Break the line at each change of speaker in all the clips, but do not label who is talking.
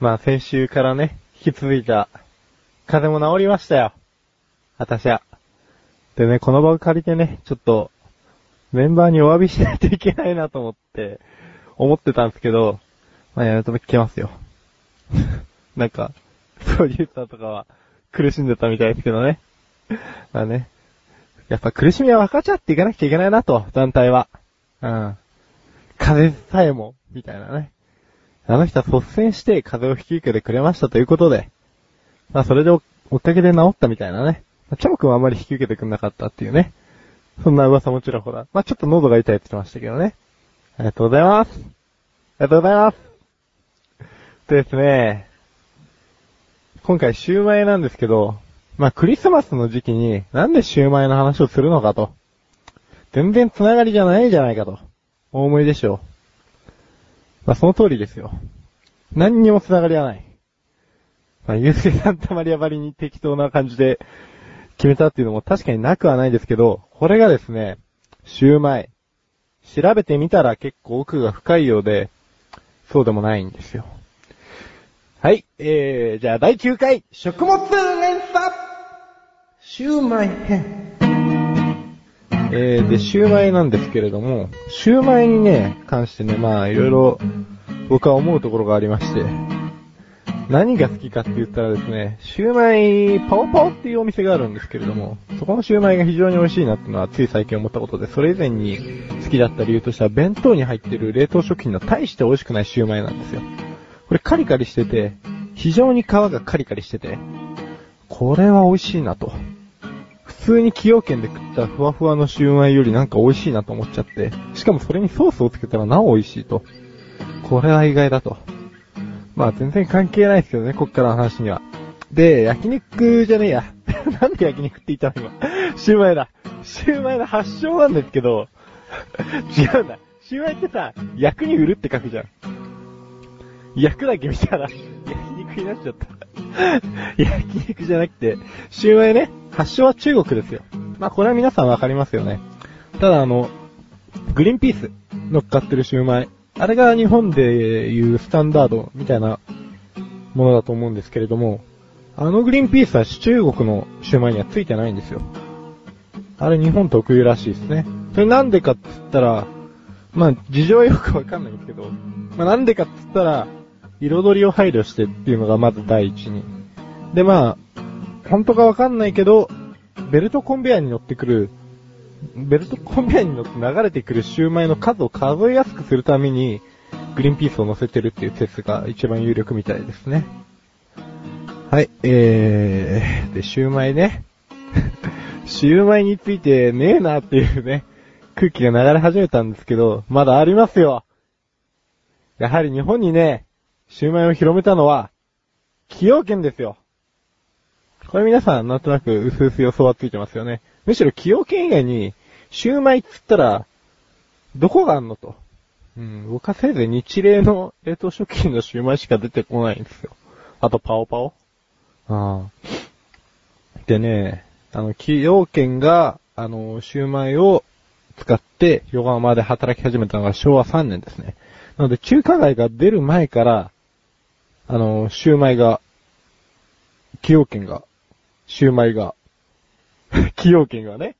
まあ先週からね、引き続いた、風邪も治りましたよ。私は。でね、この場を借りてね、ちょっと、メンバーにお詫びしないといけないなと思って、思ってたんですけど、まあやるときますよ。 なんか、プロデューサーとかは苦しんでたみたいですけどね。まあね。やっぱ苦しみは分かち合っていかなきゃいけないなと、団体は。うん。風邪さえも、みたいなね。あの人は率先して風邪を引き受けてくれましたということで、まあそれでお追っかけで治ったみたいなね。まあチャボくんはあんまり引き受けてくんなかったっていうね。そんな噂もちらほら。まあちょっと喉が痛いって言ってましたけどね。ありがとうございます。ありがとうございます。でですね、今回シューマイなんですけど、まあクリスマスの時期になんでシューマイの話をするのかと。全然つながりじゃないじゃないかと。お思いでしょう。まあ、その通りですよ。何にも繋がりはない。まあ、ゆうすけさんたまりやばりに適当な感じで決めたっていうのも確かになくはないですけど、これがですね、シューマイ。調べてみたら結構奥が深いようで、そうでもないんですよ。はい、えー、じゃあ第9回、食物連鎖シューマイ編。えー、で、シューマイなんですけれども、シューマイにね、関してね、まあ、いろいろ、僕は思うところがありまして、何が好きかって言ったらですね、シューマイ、パオパオっていうお店があるんですけれども、そこのシューマイが非常に美味しいなっていうのは、つい最近思ったことで、それ以前に好きだった理由としては、弁当に入ってる冷凍食品の大して美味しくないシューマイなんですよ。これカリカリしてて、非常に皮がカリカリしてて、これは美味しいなと。普通に崎陽軒で食ったふわふわのシューマイよりなんか美味しいなと思っちゃって、しかもそれにソースをつけたらなお美味しいと。これは意外だと。まあ全然関係ないですけどね、こっからの話には。で、焼肉じゃねえや。 なんで焼肉って言ったの今。シューマイだ。シューマイの発祥なんですけど、 違うんだ。シューマイってさ、焼くに売るって書くじゃん。焼くだけ見たら、焼肉になっちゃった。 焼肉じゃなくて、シューマイね、発祥は中国ですよ。まあこれは皆さんわかりますよね。ただあの、グリーンピース乗っかってるシューマイ。あれが日本でいうスタンダードみたいなものだと思うんですけれども、あのグリーンピースは中国のシューマイにはついてないんですよ。あれ日本特有らしいですね。それなんでかって言ったら、まあ事情はよくわかんないんですけど、まあなんでかって言ったら、彩りを配慮してっていうのがまず第一に。でまあ、本当かわかんないけど、ベルトコンベアに乗ってくる、ベルトコンベアに乗って流れてくるシューマイの数を数えやすくするために、グリーンピースを乗せてるっていう説が一番有力みたいですね。はい、えー、で、シューマイね。 シューマイについてねえなっていうね、空気が流れ始めたんですけど、まだありますよ。やはり日本にね、シューマイを広めたのは、崎陽軒ですよ。これ皆さんなんとなく薄々予想はついてますよね。むしろ崎陽軒以外に、シューマイっつったら、どこがあんのと。うん、僕はせいぜい日例の冷凍食品のシューマイしか出てこないんですよ。あと、パオパオ。ああ。でね、あの、崎陽軒が、あの、シューマイを使って、横浜で働き始めたのが昭和3年ですね。なので、中華街が出る前から、あの、シューマイが、崎陽軒が、シューマイが、 崎陽軒がね、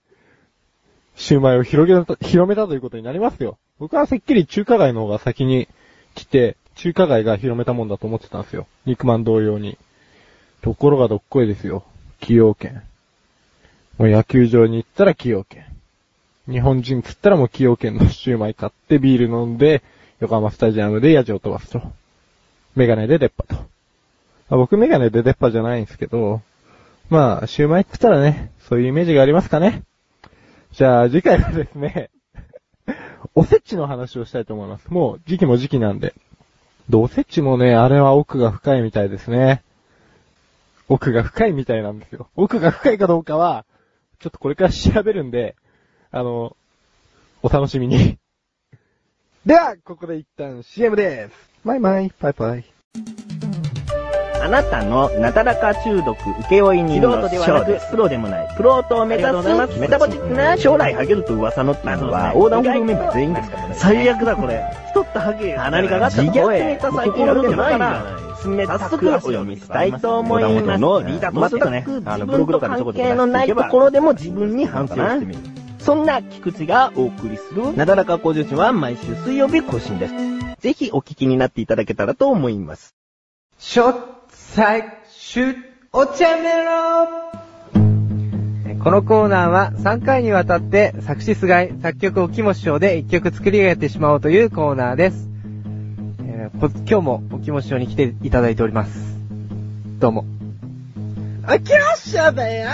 シューマイを広げた、広めたということになりますよ。僕はせっきり中華街の方が先に来て、中華街が広めたもんだと思ってたんですよ。肉まん同様に。ところがどっこいですよ。崎陽軒。もう野球場に行ったら崎陽軒。日本人つったらもう崎陽軒のシューマイ買ってビール飲んで、横浜スタジアムで野じを飛ばすと。メガネで出っ歯と。あ僕メガネで出っ歯じゃないんですけど、まあ、シューマイって言ったらね、そういうイメージがありますかね。じゃあ、次回はですね、 おせちの話をしたいと思います。もう、時期も時期なんで。で、おせちもね、あれは奥が深いみたいですね。奥が深いみたいなんですよ。奥が深いかどうかは、ちょっとこれから調べるんで、あの、お楽しみに。では、ここで一旦 CM です。バイバイ、バイバイ。
あなたのなだらか中毒請負人
素人
の
ではなく
翔ですプロでもない。プロートを目指
ありがとうございます
すメタボチックな将来ハゲると噂のっていうの
まあ
は、
そう
横
ですね
断歩道メンバー全員ですからね。
最悪だこれ。太ったハゲ。
鼻にかかった
自虐ネ
声、
タ最近や
心
る
の
けないんじゃ
から
ない、
冷たくお読みしたいと思います。
小田本のリーダーとしてね
全く
あ
自
のブロ
分
グと
と
かにちょこちょこ
関
出して
係
いけば
のないところでも自分に反省してみる。そんな菊池がお送りする、なだらか向上心は毎週水曜日更新です。ぜひお聞きになっていただけたらと思います。
ショット最終お茶メロこのコーナーは3回にわたって作詞すがい、作曲をキモ師匠で1曲作り上げてしまおうというコーナーです。えーこ今日もおキモ師匠に来ていただいております。どうも。おきも師匠だよ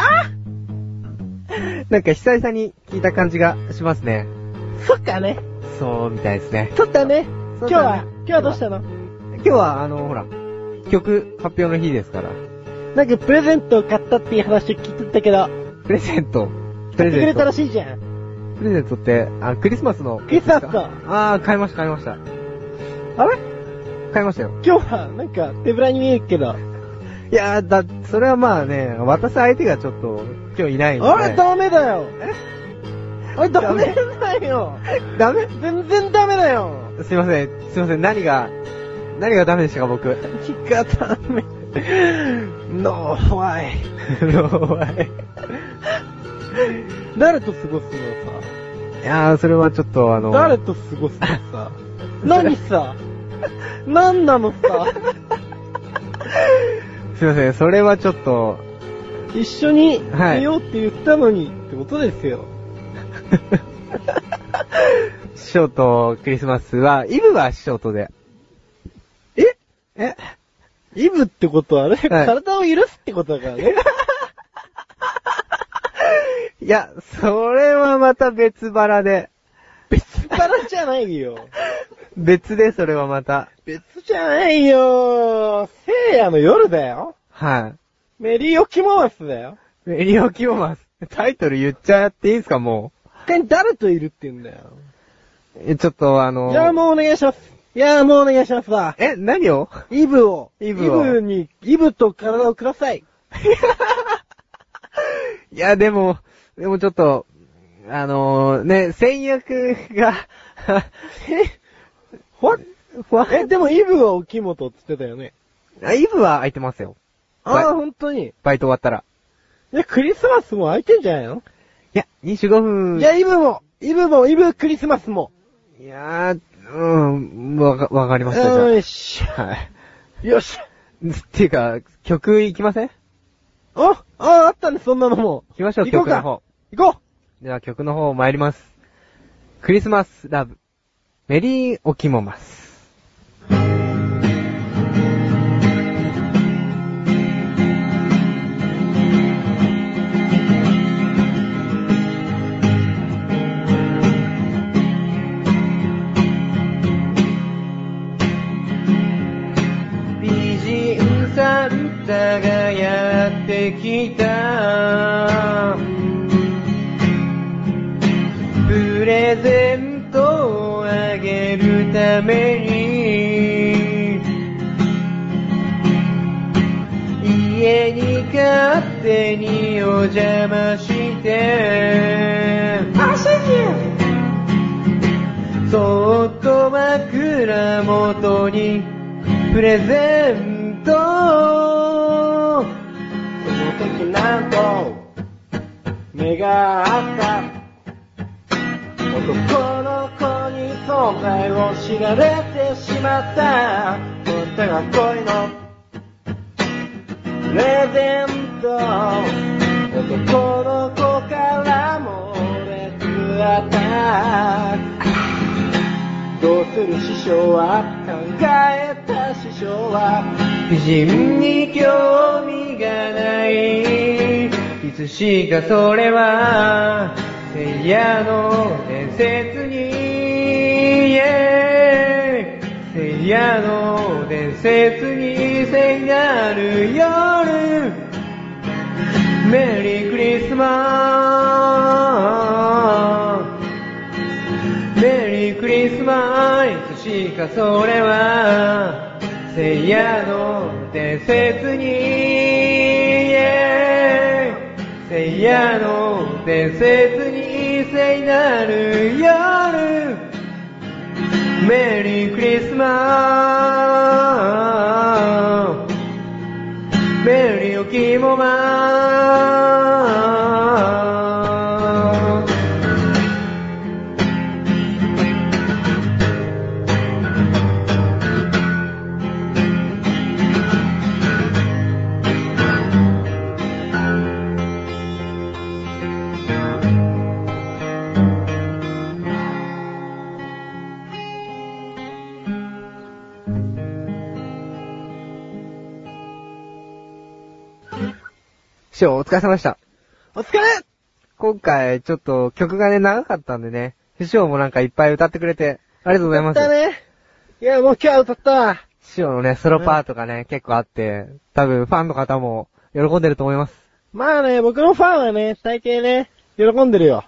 なんか久々に聞いた感じがしますね。
そっかね。
そうみたいですね。
そったね。今日は、今日はどうしたたの
今日はあの、ほら、曲発表の日ですから。
なんかプレゼントを買ったっていう話を聞いてたけど、
プレゼント。プ
買
レ
ってく
ゼ
れ
ン
た
ト
ら。しいじゃん。
プレゼントって、あ、クリスマスの。
クリスマスの
あー、買いました、買いました。
あれ
買いましたよ。
今日は、なんか手ぶらに見えるけど。
いやー、だ、それはまあね、渡す相手がちょっと、今日いないんで、ね。
あれダメだよ。あれダメだよ。
ダメ
全然ダメだよ。
すいません、すいません、何が、何がダメでしたか、僕。
何がダメ。
No, why? no, why?
誰と過ごすのさ。
いやー、それはちょっとあの、
誰と過ごすのさ。何 さ。何なのさ。
すいません、それはちょっと、
一緒に
はい
寝ようって言ったのにってことですよ。
師匠とクリスマスは、イブは師匠とで。ええ
イブってことはね、体を許すってことだからね。
いや、それはまた別腹で。
別腹じゃないよ。
別で、それはまた。
別じゃないよ。聖夜の夜だよ。
は
メリーオキモマスだよ。
い。メリーオキオマス。 タイトル言っちゃっていいですか、も
他に誰といるって言うんだよ。
う。え、ちょっとあの
じゃあもうお願いします。いやーもうお願いしますわ。
え、何を
イブを。
イブを
イブに、イブと体をください。
いや、でも、でもちょっと、あのー、ね、戦略が、
ほわ
ふわ
え、でもイブはおきもとって言ってたよね。
あイブは空いてますよ。はい
ああ、ほんとに。
バイト終わったら。
いや、クリスマスも空いてんじゃないの、
いや、25分。
いや、イブも、イブも、イブクリスマスも。
いやー、うん、わか、わかりました、
よ
じ
いし
ゃあ。はい。
ょ。よし。
っていうか、曲行きません
おああ、あったね、そんなのも。
行きましょう、
行こう
曲
か
の方。
行こ
では曲の方参ります。クリスマスラブ。メリーオキモマス。美人サンタがやってきた。プレゼントをあげるために家に勝手にお邪魔してそっと枕元にプレゼントを
その時なんと、目が合った。男の子に存在を知られてしまった。本当が恋のプレゼント。男の子からも熱あった。どうする師匠は考えた師匠は
美人に興味がないいつしかそれは聖夜の伝説に聖夜の伝説に聖なる夜メリークリスマスメリークリスマスいつしかそれは聖夜のて切に、yeah 聖夜の伝説に聖なる夜メリークリスマスメリーおきもま師匠、お疲れ様でした。
お疲れ
今回、ちょっと曲がね、長かったんでね、師匠もなんかいっぱい歌ってくれて、ありがとうございます。
だね。いや、もう今日は歌ったわ。
師匠のね、ソロパートがね、結構あって、多分ファンの方も喜んでると思います。
まあね、僕のファンはね、大抵ね、喜んでるよ。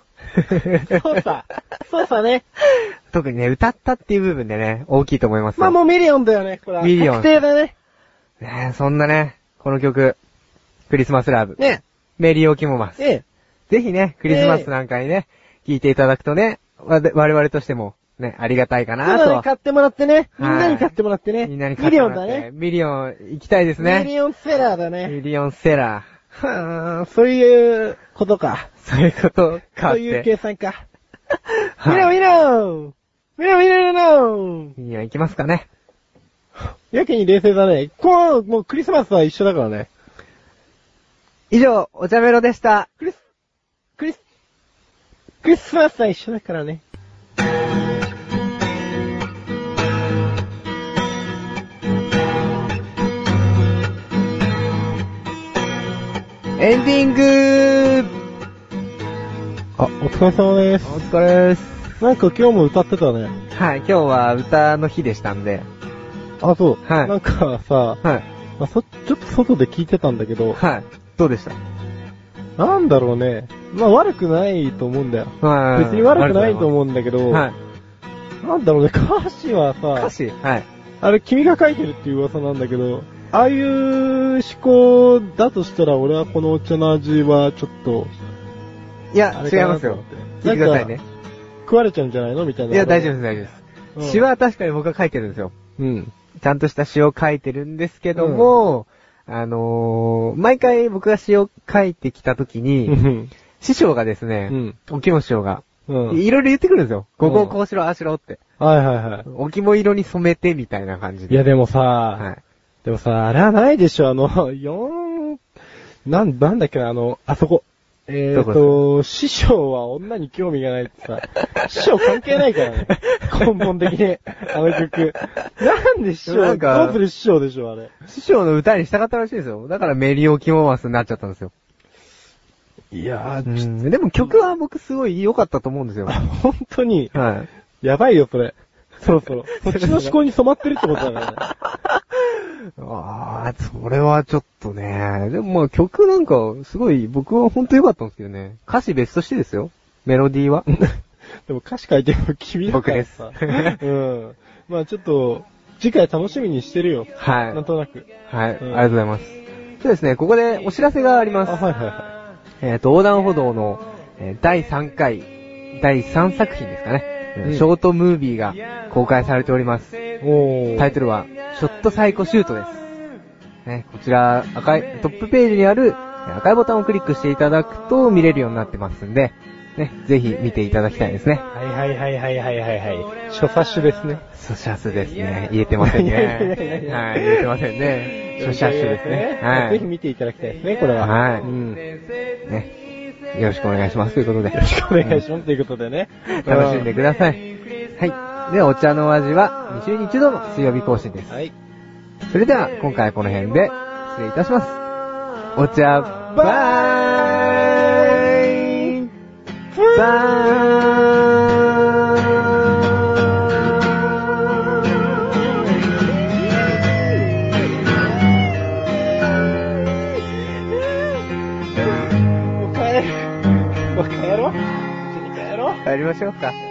そうさ。そうさね。
特にね、歌ったっていう部分でね、大きいと思いますよ。
まあもうミリオンだよね、これは。
ミリオン
確定だね。
ねえそんなね、この曲、クリスマスラブ、
ね
メリーオキモマス。
ええ。
ぜひね、クリスマスなんかにね、聴いていただくとね、わ我々としても、ね、ありがたいか
そう
な
だね、
と。
買ってもらってね。み
はい
んなに買ってもらってね。
みんなに買
ミ
って
リ
も
オン
ら
だ
って
ね。
ミリオン行きたいです
ミ
ね。
リオンセラーだね。
ミリオンセラー。
ふーん、そういうことか。
そういうことか
そ
っ
う
て。
いう計算か。ミ
は
ロ
い
ミロミロミロミロ
ミリオン行きますかね。
やけに冷静だね。こう、もうクリスマスは一緒だからね。
以上、お茶メロでした。
クリス、クリス、クリスマスは一緒だからね。
エンディング
あ、お疲れ様で
お
す。
疲れです。
なんか今日も歌ってたね。
はい、今日は歌の日でしたんで。
あ、そう。
はい
なんかさ、
はい。
まあそ、ちょっと外で聞いてたんだけど、
はい。どうでした
なんだろうね。まあ悪くないと思うんだよ。
はい
別に悪くないと思うんだけど、
はい。
なんだろうね、歌詞は
歌
さ、
詞はい。
あれ君が書いてるっていう噂なんだけど、ああいう思考だとしたら俺はこのお茶の味はちょっと、
いや、違いますよ。聞いてくださいね。。
食われちゃうんじゃないのみたいな。
いや、大丈夫です、大丈夫
う
で
ん
す。詩は確かに僕は書いてるんですよ。
うん。
ちゃんとした詩を書いてるんですけども、あのー、毎回僕が詩を書いてきたとき
う
に、
ん。
師匠がです
う
ね、
ん。
おきも師匠が、
うん。
いろいろ言ってくるんですよ。
うん
ここをこうしろ、ああしろって。
はいはいは
おきも色に染めてみたいな感じ
い。い
で。
やでもさ、
はい。
でもさ、あれはないでしょ、あの、四なん、なんだっけな、あの、あそこ。えー
ど
と、師匠は女に興味がないってさ、師匠関係ない からね。根本的に、あの曲。なんで師匠、
なんか
どうする師匠でしょ、あれ。
師匠の歌に従ったらしいですよ。だからメリオキモマスになっちゃったんですよ。
いや
う
ー、
ん。でも曲は僕すごい良かったと思うんですよ。は
本当に、
い。
やばいよ、それ。そろそろ。そっちの思考に染まってるってことだからね。
ああ、それはちょっとね。でもまあ曲なんか、すごい、僕はほんと良かったんですけどね。歌詞別としてですよ。メロディーは。
でも歌詞書いても君だからさ。
僕で
うん。まあちょっと、次回楽しみにしてるよ。
はい。
なんとなく。
はい、
うん
ありがとうございます。そうですね、ここでお知らせがあり
あ、
ます。
はいはいは
えっ、と、横断歩道の、えー第3回、第3作品ですかね、えー
うん
ショートムービーが公開されております。
い。おー。
タイトルは、ショットサイコシュートです。ね、こちら、赤い、トップページにあるえー赤いボタンをクリックしていただくと見れるようになってますんで、ね、ぜひ見ていただきたいですね。
はいはいはいはいはいはいはい。初冊子ですね。
初写数ですね。言えてませんね。
いやいやいやいや
はい、言えてませんね。初写数ですね。は
ぜひ
い。
見ていただきたいですね、これは。
はい
うん。
ね、よろしくお願いしますということで。
よろしくお願いします。ということでね。
楽しんでください。はい。で、お茶の味は2週に1度の水曜日更新です。
はい。
それでは、今回はこの辺で失礼いたします。お茶、バイ
も
バイ
う帰る。もう帰ろう。一緒に帰ろう。
帰りましょうか。